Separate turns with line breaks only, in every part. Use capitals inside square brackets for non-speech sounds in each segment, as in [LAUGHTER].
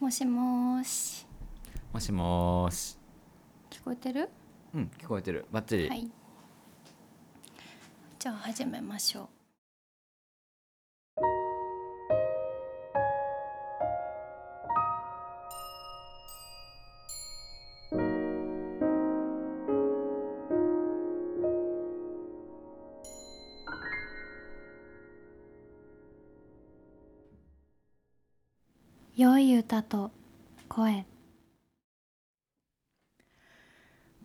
もしもーし
もしもーし。
聞こえてる
うん、聞こえてる。バッチリ。
はいじゃあ始めましょう良い歌と声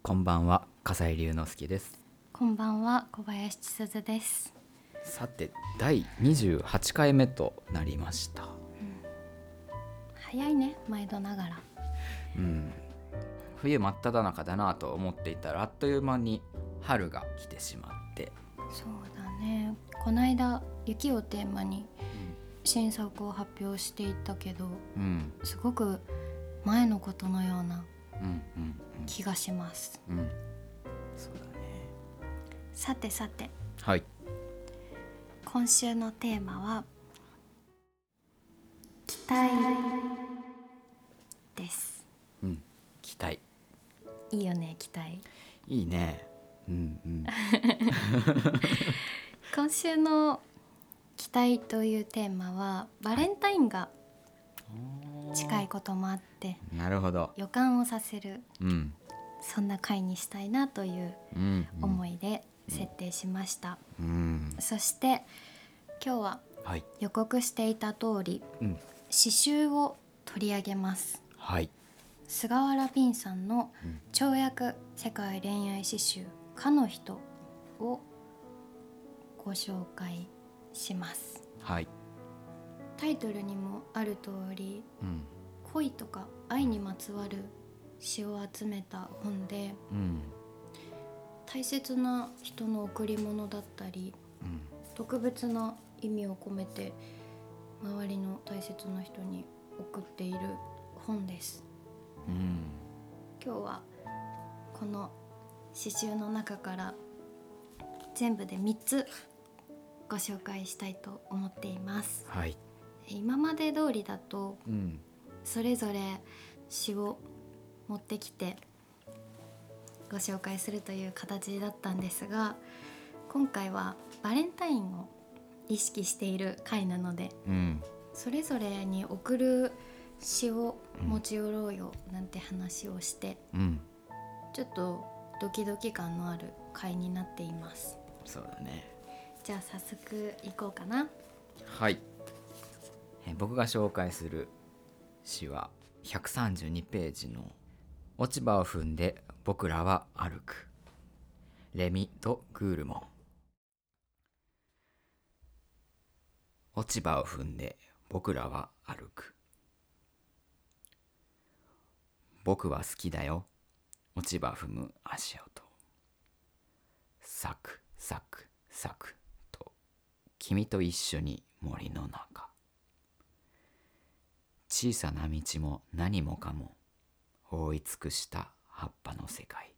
こんばんは、笠井龍之介です。
こんばんは小林千鶴です
さて、第28回目となりました。
早いね毎度ながら
うん。冬真っ只中だなと思っていたら、あっという間に春が来てしまって。
そうだねこの間雪をテーマに新作を発表していったけど
うん、
すごく前のことのような
うん、うん、
気がします
うん、うん。そうだね。
さてさて
はい。
今週のテーマは期待です
うん、期待。
いいよね期待
いいね。うん、 [LAUGHS] うん。
今週の期待というテーマはバレンタインが近い。こともあって
なるほど。
予感をさせる
うん。
そんな回にしたいなという
うん、うん。
思いで設定しました、
うん。
そして今日は
はい。
予告していた通り
うん。
刺繍を取り上げます
はい。
菅原ピンさんの
うん
「跳躍世界恋愛刺繍かの人」をご紹介します
はい。
タイトルにもある通り
うん。
恋とか愛にまつわる詩を集めた本で
うん。
大切な人の贈り物だったり
うん。
特別な意味を込めて周りの大切な人に送っている本です
うん。
今日はこの詩集の中から全部で3つご紹介したいと思っています
はい。
今まで通りだと
うん。
それぞれ詩を持ってきてご紹介するという形だったんですが今回はバレンタインを意識している回なので
うん。
それぞれに送る詩を持ち寄ろうよなんて話をして、
うん。
ちょっとドキドキ感のある回になっています
そうだね。
じゃあ早速行こうかな
はい。えー僕が紹介する詩は132ページの「落ち葉を踏んで僕らは歩く」レミ・ド・グールモン落ち葉を踏んで僕らは歩く僕は好きだよ落ち葉踏む足音サクサクサクと君と一緒に森の中小さな道も何もかも覆い尽くした葉っぱの世界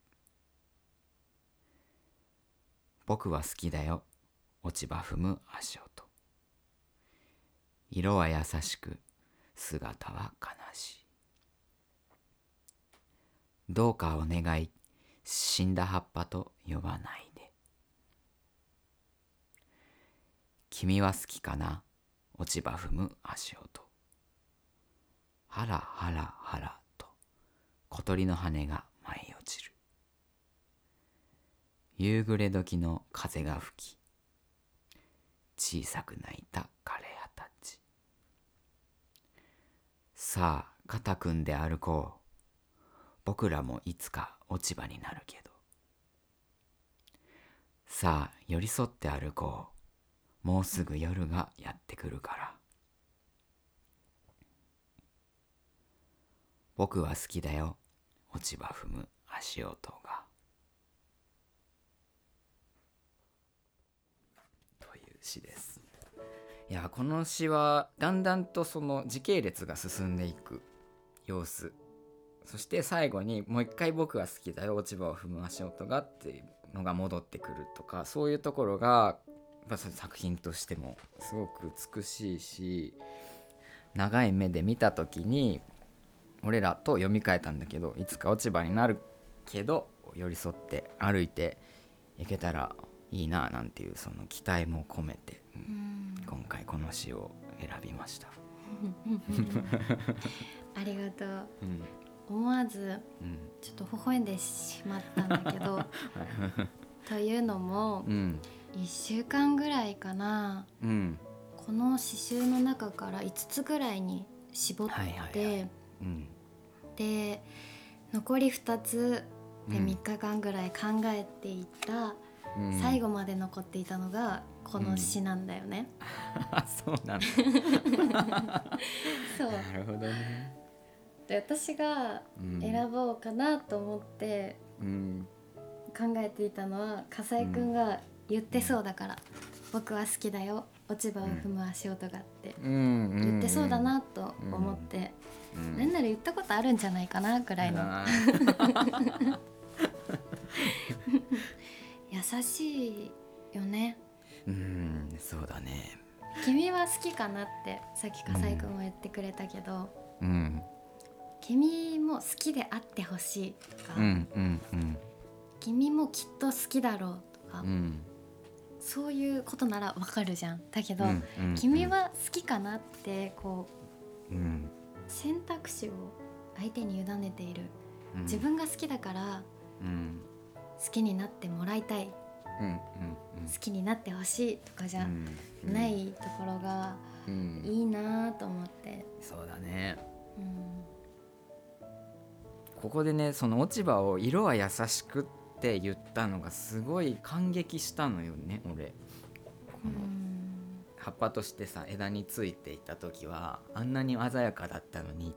僕は好きだよ落ち葉踏む足音色は優しく姿は悲しいどうかお願い死んだ葉っぱと呼ばないで君は好きかな落ち葉踏む足音ハラハラハラと小鳥の羽が舞い落ちる夕暮れ時の風が吹き小さく泣いた枯れ葉たちさあ肩組んで歩こう僕らもいつか落ち葉になるけどさあ寄り添って歩こうもうすぐ夜がやってくるから僕は好きだよ落ち葉踏む足音がという詩ですいやこの詩はだんだんとその時系列が進んでいく様子そして最後にもう一回僕は好きだよ落ち葉を踏む足音がっていうのが戻ってくるとかそういうところがやっぱその作品としてもすごく美しいし長い目で見た時に俺らと読み替えたんだけどいつか落ち葉になるけど寄り添って歩いていけたらいいななんていうその期待も込めて、うん
うん [LAUGHS]
今回この詩を選びました。
ありがとう
うん
思わず
うん
ちょっと微笑んでしまったんだけどというのも
うん
1週間ぐらいかな
うん
この刺繍の中から5つぐらいに絞って、
はいはいはいうん
で残り2つで
うん
3日間ぐらい考えていた、
うん
最後まで残っていたのがこの詩なんだよね。
あ [LAUGHS] そうなんだ
[LAUGHS] そう
なるほどね、
で私が
うん、
選ぼうかなと思って
うん
考えていたのは笠井くんが言ってそうだから「僕は好きだよ落ち葉を踏む足音が」って
うんうん
言ってそうだなと思って、
うん
なんなら言ったことあるんじゃないかなぐらいの
あ
優しいよね
ーうんそうだね
君は好きかなってさっき笠井くんも言ってくれたけど、
うん
君も好きであってほしいとか、
うんうんうん
君もきっと好きだろうとか、
うん
そういうことならわかるじゃんだけど、
うんうん
君は好きかなってこう
うん
選択肢を相手に委ねている
うん
自分が好きだから
うん
好きになってもらいたい
うんうん
好きになってほしいとかじゃ
うん
ないところが
うん
いいなと思って、
そうだね
うん
ここでねその落ち葉を「色は優しく」って言ったのがすごい感激したのよね俺こ
う
の
ん
葉っぱとしてさ枝についていた時はあんなに鮮やかだったのに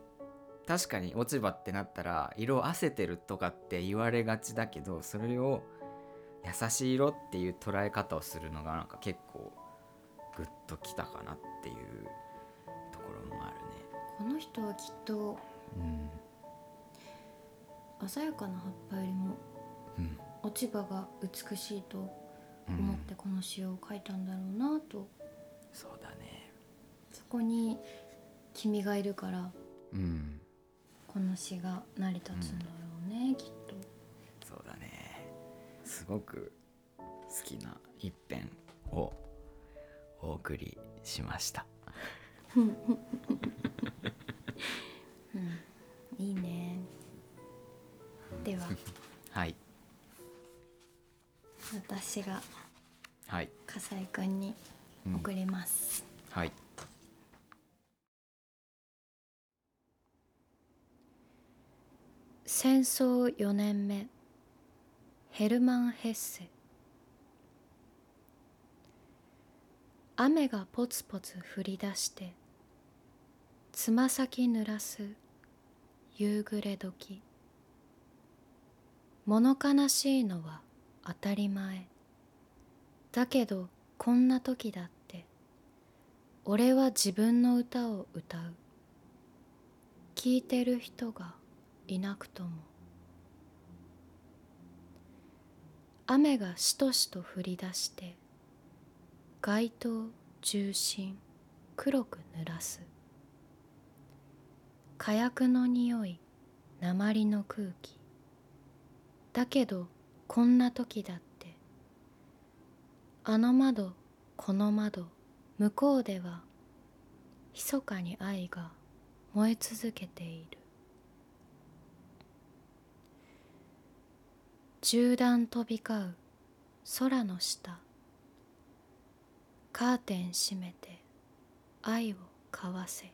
確かに落ち葉ってなったら色あせてるとかって言われがちだけどそれを優しい色っていう捉え方をするのがなんか結構グッときたかなっていうところもあ
この人はきっと
るね。
鮮やかな葉っぱよりも
うんうん
落ち葉が美しいと
うん
思ってこの詩を書いたんだろうなと
そうだね。
そこに君がいるから
うん
この詩が成り立つんだろうね、きっと。
そうだねすごく好きな一編をお送りしました。
いいね。では
はい
私が
はい、
笠井くんに
うん
送ります。
はい
戦争4年目ヘルマン・ヘッセ雨がポツポツ降り出してつま先濡らす夕暮れ時物悲しいのは当たり前だけどこんな時だって俺は自分の歌を歌う聴いてる人がいなくとも雨がしとしと降り出して街灯重心黒く濡らす火薬の匂い鉛の空気だけどこんな時だってあの窓この窓向こうでは密かに愛が燃え続けている縦断飛び交う空の下カーテン閉めて愛を交わせ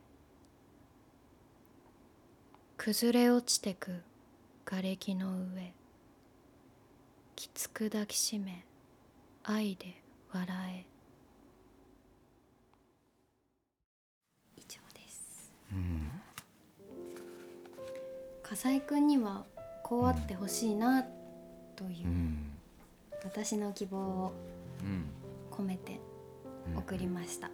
崩れ落ちてく瓦礫の上きつく抱きしめ愛で笑え以上です
うん
笠井君にはこうあってほしいなといううん私の希望を
うん
込めて
うん
送りました、こ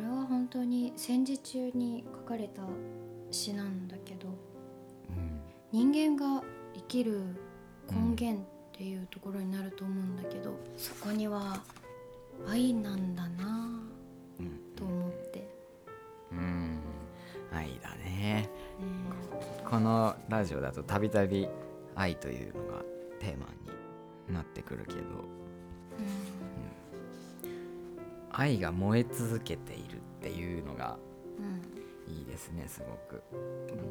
れは本当に戦時中に書かれた詩なんだけど
うん
人間が生きる根源っていうところになると思うんだけど、そこには愛なんだな
うん
ぁと思って、ね
うん愛だ
え
ねここのラジオだとたびたび愛というのがテーマになってくるけど愛が燃え続けているっていうのが
うんうん
いいですねすごく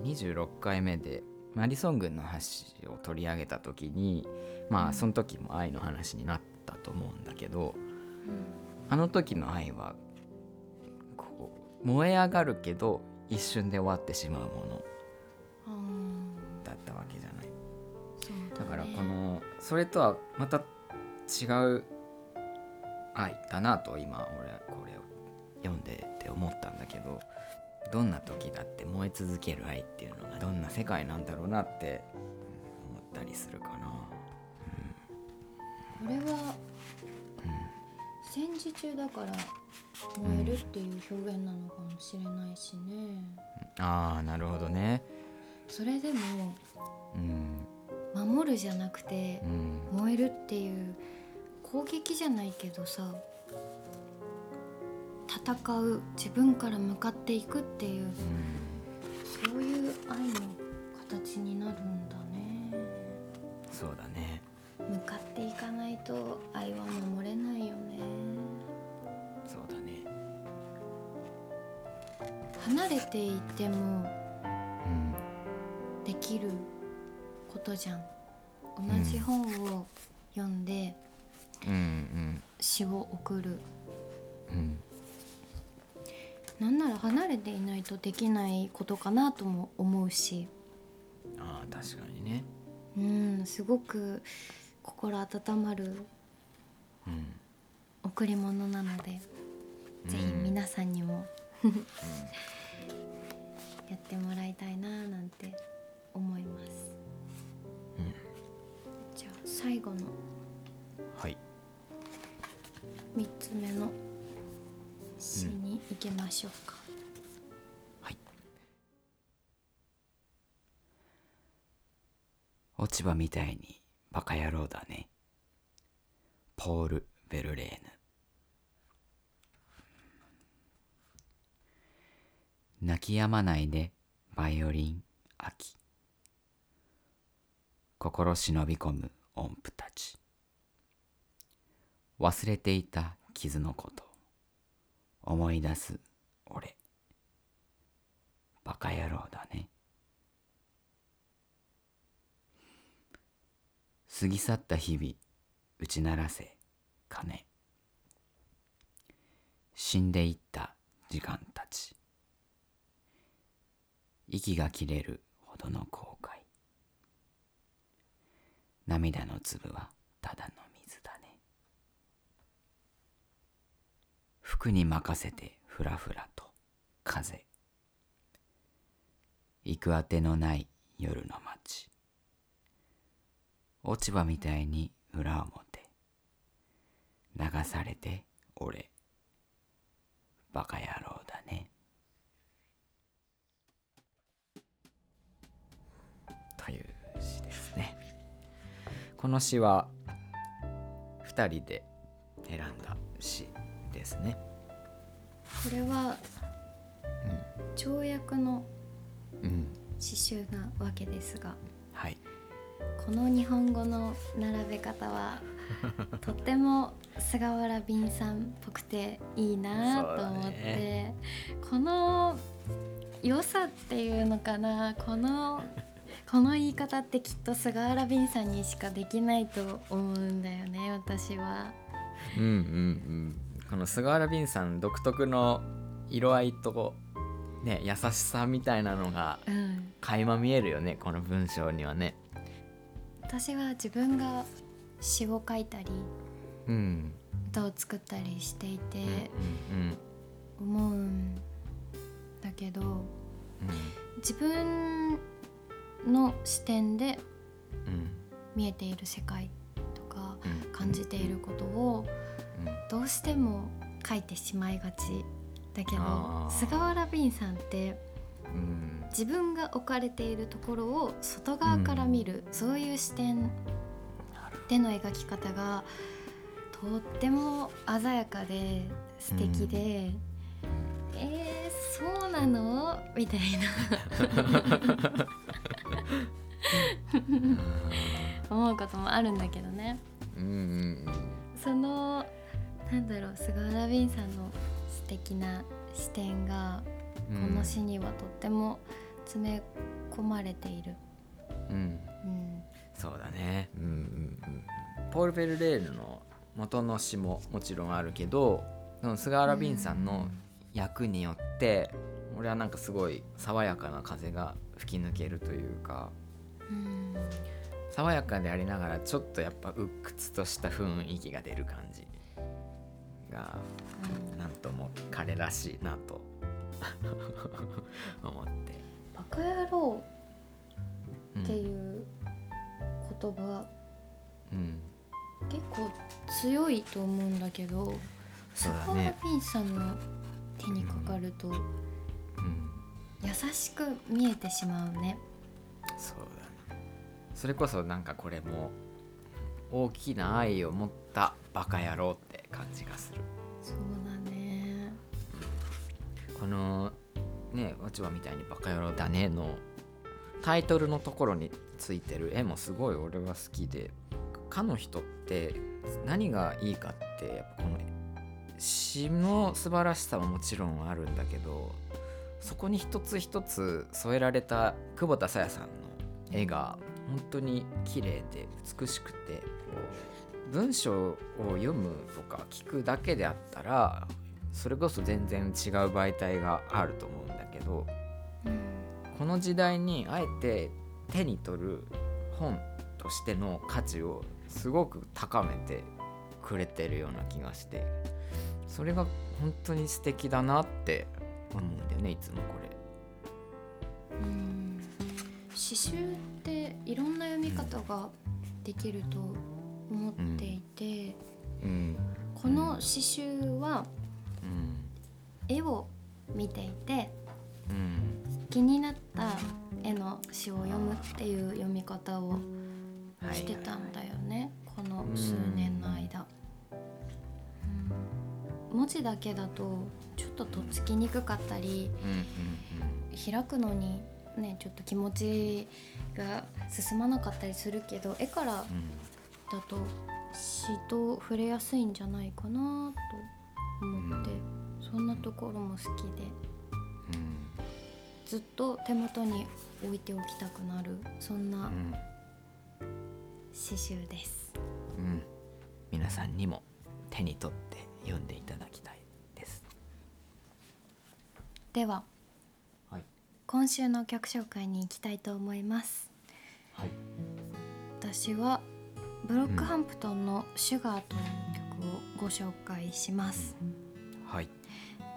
26回目でマリソン軍の橋を取り上げた時にまあその時も愛の話になったと思うんだけどあの時の愛はこう燃え上がるけど一瞬で終わってしまうもの
うんうん
だったわけじゃない
そうだ
だから
ね
このそれとはまた違う愛だなと今俺はこれを読んでて思ったんだけどどんな時だって燃え続ける愛っていうのがどんな世界なんだろうなって思ったりするかな。
これは戦時中だから燃えるっていう表現なのかもしれないしね、
ああなるほどね。
それでも
うん
守るじゃなくて
うん
燃えるっていう攻撃じゃないけどさ戦う自分から向かっていくっていう
うん
そういう愛の形になるんだね
そうだね。
向かっていかないと愛は守れないよね
そうだね。
離れていても
うん
できることじゃん
う
同
ん
じ本を読んで
うん
詩を送る、
うんうん
なんなら離れていないとできないことかなとも思うし
ああ確かにね。
うんすごく心温まる
うん
贈り物なので、ぜひ皆さんにも [LAUGHS] やってもらいたいななんて思います
うん
じゃあ最後の
はい。
3つ目の詩に行きましょうか、
はい。落ち葉みたいにバカ野郎だね。ポール・ベルレーヌ。泣き止まないでバイオリン秋心忍び込む音符たち忘れていた傷のこと思い出す俺バカ野郎だね。過ぎ去った日々、打ち鳴らせ、鐘。死んでいった時間たち。息が切れるほどの後悔。涙の粒はただの水だね。服に任せてふらふらと風。行くあてのない夜の街落ち葉みたいに裏表流されて俺バカ野郎だねという詩ですねこの詩は2人で選んだ詩ですね
これは跳躍の
うん
刺繍なわけですが
はい
この日本語の並べ方
[LAUGHS]
はとっても菅原敏さんっぽくていいなと思って、
そうだね
この良さっていうのかなこのこの言い方ってきっと菅原敏さんにしかできないと思うんだよね私は。
うんうんうん、この菅原敏さん独特の色合いと、ね、優しさみたいなのが
うん、
垣間見えるよねこの文章にはね。
私は自分が詩を書いたり
うん
歌を作ったりしていて
うんうん
思うんだけど。
う
自分の視点で
んうん
見えている世界とか
うん
感じていることを
うん
どうしても書いてしまいがちだけど
あー
菅原敏さんって
うん
自分が置かれているところを外側から見る、そういう視点での描き方がとっても鮮やかで素敵で、えー、そうなのみたいなこともあるんだけどね
うんうん
そのなんだろう菅原敏さんの素敵な視点が
う
こ
ん
の詩にはとっても詰め込まれている、
うん
うん、
そうだねうんうんうんポール・ベルレールの元の詩ももちろんあるけどその菅原敏さんの役によって俺はなんかすごい爽やかな風が吹き抜けるというか
うん
爽やかでありながらちょっとやっぱ鬱屈とした雰囲気が出る感じが
うん
なんとも彼らしいなと [LAUGHS] 思って。
バカ野郎
うん
っていう言葉、
うん
結構強いと思うんだけど
そ
菅
うだ
原
ね
敏さんの手にかかると
うん
優しく見えてしまうね。
そうだねそれこそなんかこれも大きな愛を持ったバカ野郎って感じがする
そうだね
このね「落ち葉みたいにバカ野郎だね」のタイトルのところについてる絵もすごい俺は好きでかの人って何がいいかってやっぱこの詩の素晴らしさはもちろんあるんだけどそこに一つ一つ添えられた久保田紗也さんの絵が本当に綺麗で美しくてこう文章を読むとか聞くだけであったらそれこそ全然違う媒体があると思うんだけど
うん
この時代にあえて手に取る本としての価値をすごく高めてくれてるような気がしてそれが本当に素敵だなって思うんだよねいつもこれ。
うん詩集っていろんな読み方ができると思っていて、
うん
この詩集は
うん
絵を見ていて
うん
気になった絵の詩を読むっていう読み方を
はい
してたんだよね、この数年の間、うん文字だけだとちょっととっつきにくかったり
うんうん
開くのにねちょっと気持ちが進まなかったりするけど絵から
うんうん
だと詩と触れやすいんじゃないかなと思って、そんなところも好きで
うん
ずっと手元に置いておきたくなるそんな
うん
詩集です。
うん、皆さんにも手に取って読んでいただきたいです。
では
はい、
今週の曲紹介に行きたいと思います
はい、
私はブロックハンプトンの「シュガーという曲をご紹介します、
はい、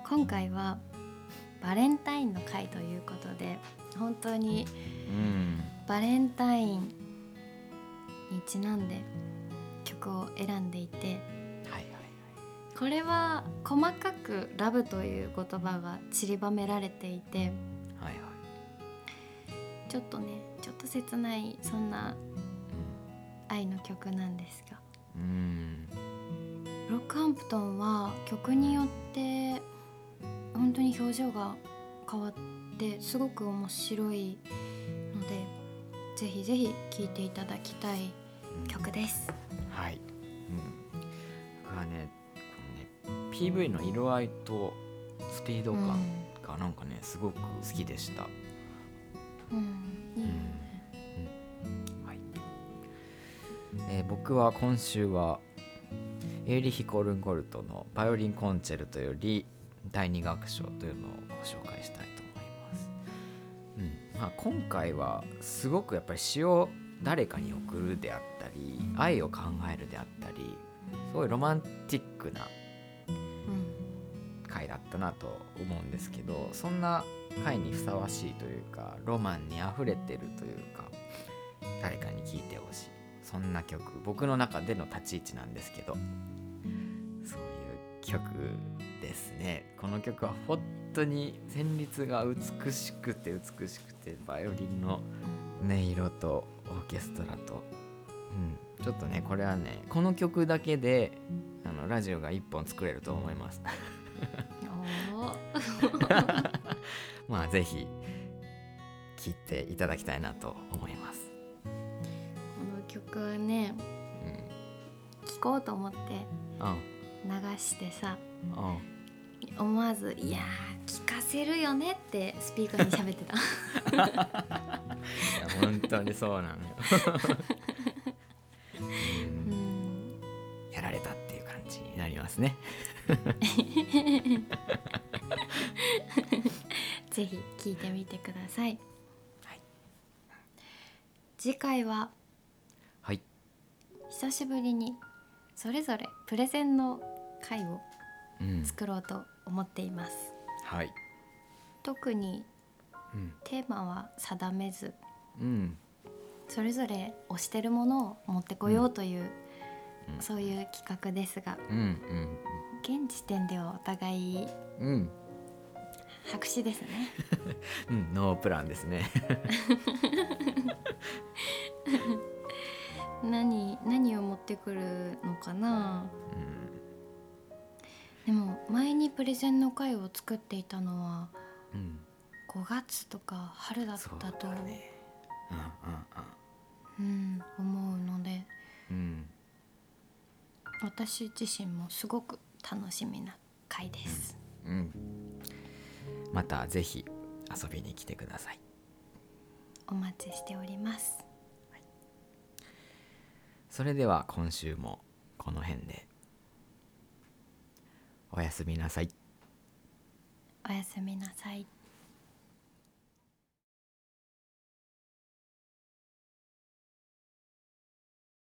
今回はバレンタインの回ということで本当に
うん、
バレンタインにちなんで曲を選んでいて
はい、はい、
これは細かく「ラブ」という言葉が散りばめられていて
はい、はい、
ちょっとねちょっと切ないそんな愛の曲なんですが
うん、
ロックハンプトンは曲によって本当に表情が変わってすごく面白いのでぜひぜひ聴いていただきたい
うん、
曲です。
はい、うん、僕はね、このね、PV の色合いとスピード感がなんかね、すごく好きでした。
うんうんいいよね
はいえー僕は今週はエーリヒ・コールンゴルトの「バイオリンコンチェルト」より第二楽章というのをご紹介したいと思います。うんまあ、今回はすごくやっぱり詩を誰かに送るであったり愛を考えるであったりすごいロマンティックな
うん
回だったなと思うんですけどそんな回にふさわしいというかロマンにあふれてるというか誰かに聴いてほしいそんな曲僕の中での立ち位置なんですけどそういう曲ですねこの曲は本当に旋律が美しくて美しくてバイオリンの音色とオーケストラと、うん、ちょっとねこれはねこの曲だけであのラジオが1本作れると思います。
おー
まあぜひ聞いていただきたいなと思います。
この曲ね
うん
聴こうと思って
あ
流してさ
あ
思わず「いやー聴かせるよね」ってスピーカーに喋ってた
いや本当にそうなのよ、
う
うん
ん
やられたっていう感じになりますね
ぜひ聴いてみてください、
はい
次回は
はい
久しぶりにそれぞれプレゼンの回を
うん
作ろうと思っています、
はい
特に
うん
テーマは定めず
うん
それぞれ推してるものを持ってこようという、
うん
そういう企画ですが
うん
現時点ではお互い
うんうん
白紙ですね
[LAUGHS] うんノープランですね
何何を持ってくるのかなで
うん
も前にプレゼンの会を作っていたのは
うん
5月とか春だっ
そう
た
だ
と
ね
う
うん
ん、思うので
うんうん
私自身もすごく楽しみな回です、
うんうんまたぜひ遊びに来てください
お待ちしております
それでは今週もこの辺でおやすみなさい
おやすみなさい